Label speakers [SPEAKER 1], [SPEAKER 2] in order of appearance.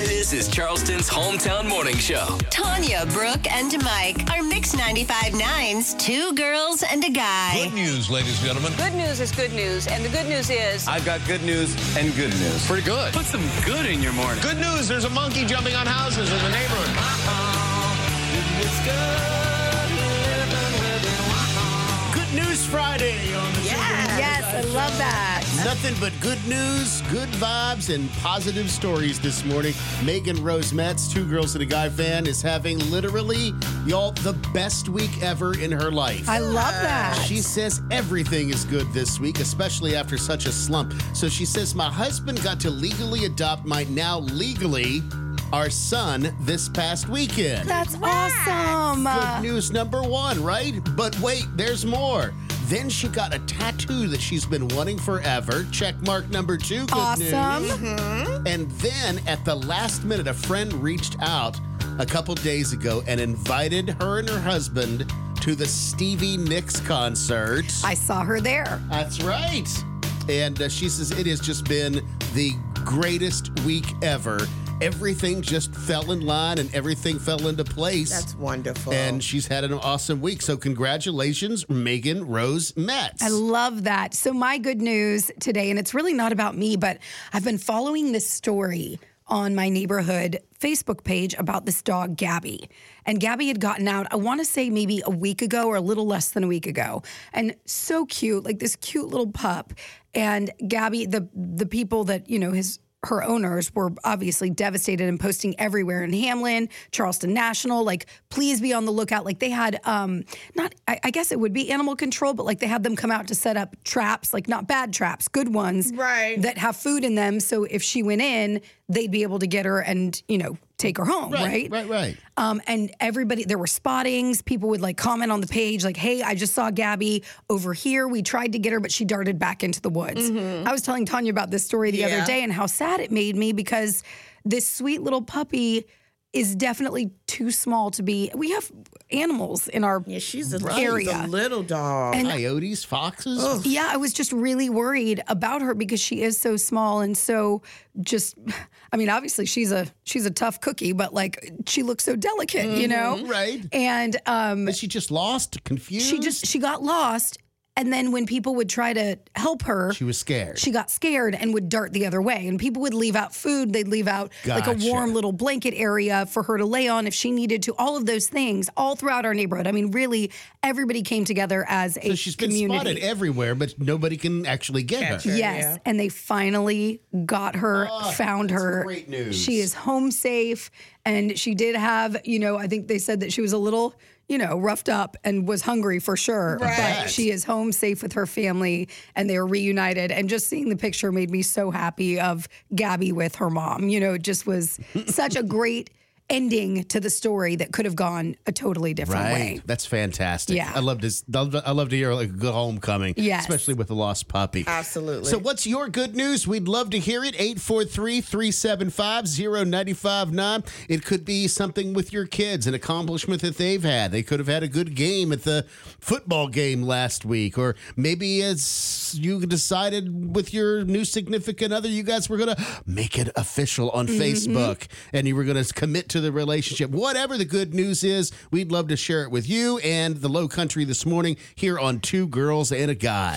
[SPEAKER 1] This is Charleston's hometown morning show.
[SPEAKER 2] Tanya, Brooke, and Mike are Mix 95.9's Two Girls and a Guy.
[SPEAKER 3] Good news, ladies and gentlemen.
[SPEAKER 4] Good news is good news, and the good news is
[SPEAKER 5] I've got good news and good news.
[SPEAKER 3] Pretty good.
[SPEAKER 1] Put some good in your morning.
[SPEAKER 3] Good news, there's a monkey jumping on houses in the neighborhood.
[SPEAKER 6] Good News Friday on the
[SPEAKER 2] Yes, I love that.
[SPEAKER 6] Nothing but good news, good vibes, and positive stories this morning. Megan Rose Metz, two girls and a guy fan, is having literally, y'all, the best week ever in her life.
[SPEAKER 7] I love that.
[SPEAKER 6] She says everything is good this week, especially after such a slump. So she says, My husband got to legally adopt my now legally our son this past weekend.
[SPEAKER 7] That's awesome.
[SPEAKER 6] Good news number one, right? But wait, there's more. Then she got a tattoo that she's been wanting forever. Check mark number two. Good
[SPEAKER 7] Awesome. Mm-hmm.
[SPEAKER 6] News. And then at the last minute, a friend reached out a couple days ago and invited her and her husband to the Stevie Nicks concert.
[SPEAKER 7] I saw her there.
[SPEAKER 6] That's right. And uh, she says it has just been the greatest week ever. Everything just fell in line and everything fell into place.
[SPEAKER 8] That's wonderful.
[SPEAKER 6] And she's had an awesome week. So congratulations, Megan Rose Metz.
[SPEAKER 7] I love that. So, my good news today, and it's really not about me, but I've been following this story on my neighborhood Facebook page about this dog, Gabby. And Gabby had gotten out, I want to say maybe a week ago or a little less than a week ago. And so cute, like this cute little pup. And Gabby, the the people that, you know, his her owners were obviously devastated and posting everywhere in Hamlin, Charleston National, like, please be on the lookout. Like they had um not I, I guess it would be animal control, but like they had them come out to set up traps, like not bad traps, good ones.
[SPEAKER 8] Right.
[SPEAKER 7] That have food in them. So if she went in, they'd be able to get her and, you know, take her home, right?
[SPEAKER 6] Right, right.
[SPEAKER 7] Um, and everybody, there were spottings. People would like comment on the page, like, hey, I just saw Gabby over here. We tried to get her, but she darted back into the woods. I was telling Tanya about this story the other
[SPEAKER 8] Yeah.
[SPEAKER 7] day and how sad it made me because this sweet little puppy is definitely too small to be. We have animals in our
[SPEAKER 8] yeah, she's a, she's
[SPEAKER 7] area.
[SPEAKER 8] a little dog.
[SPEAKER 6] Coyotes, foxes.
[SPEAKER 7] Yeah, I was just really worried about her because she is so small and so just I mean, obviously she's a she's a tough cookie, but like she looks so delicate, you know?
[SPEAKER 6] Mm-hmm. Right.
[SPEAKER 7] And um
[SPEAKER 6] Is she just lost, confused?
[SPEAKER 7] she just she got lost and then when people would try to help her
[SPEAKER 6] She was scared.
[SPEAKER 7] she got scared and would dart the other way. And people would leave out food. They'd leave out like a
[SPEAKER 6] Gotcha.
[SPEAKER 7] warm little blanket area for her to lay on if she needed to. All of those things all throughout our neighborhood. I mean, really, everybody came together as a
[SPEAKER 6] so she's been
[SPEAKER 7] community.
[SPEAKER 6] spotted everywhere, but nobody can actually get her.
[SPEAKER 7] Yes, and they finally got her, found
[SPEAKER 6] Ah,
[SPEAKER 7] her.
[SPEAKER 6] great news.
[SPEAKER 7] She is home safe, and she did have, you know, I think they said that she was a little, you know, roughed up and was hungry for sure. But
[SPEAKER 6] Right.
[SPEAKER 7] she is home safe with her family, and they are reunited. And just seeing the picture made me so happy of Gabby with her mom. You know, it just was such a great ending to the story that could have gone a totally different way.
[SPEAKER 6] That's fantastic.
[SPEAKER 7] Yeah.
[SPEAKER 6] I love this. I love to hear like a good homecoming.
[SPEAKER 7] Yes.
[SPEAKER 6] Especially with a lost puppy.
[SPEAKER 8] Absolutely.
[SPEAKER 6] So what's your good news? We'd love to hear it. 843-375-0959. It could be something with your kids, an accomplishment that they've had. They could have had a good game at the football game last week, or maybe it's you decided with your new significant other you guys were gonna make it official on Facebook and you were gonna commit to the relationship. Whatever the good news is, we'd love to share it with you and the low country this morning here on Two Girls and a Guy.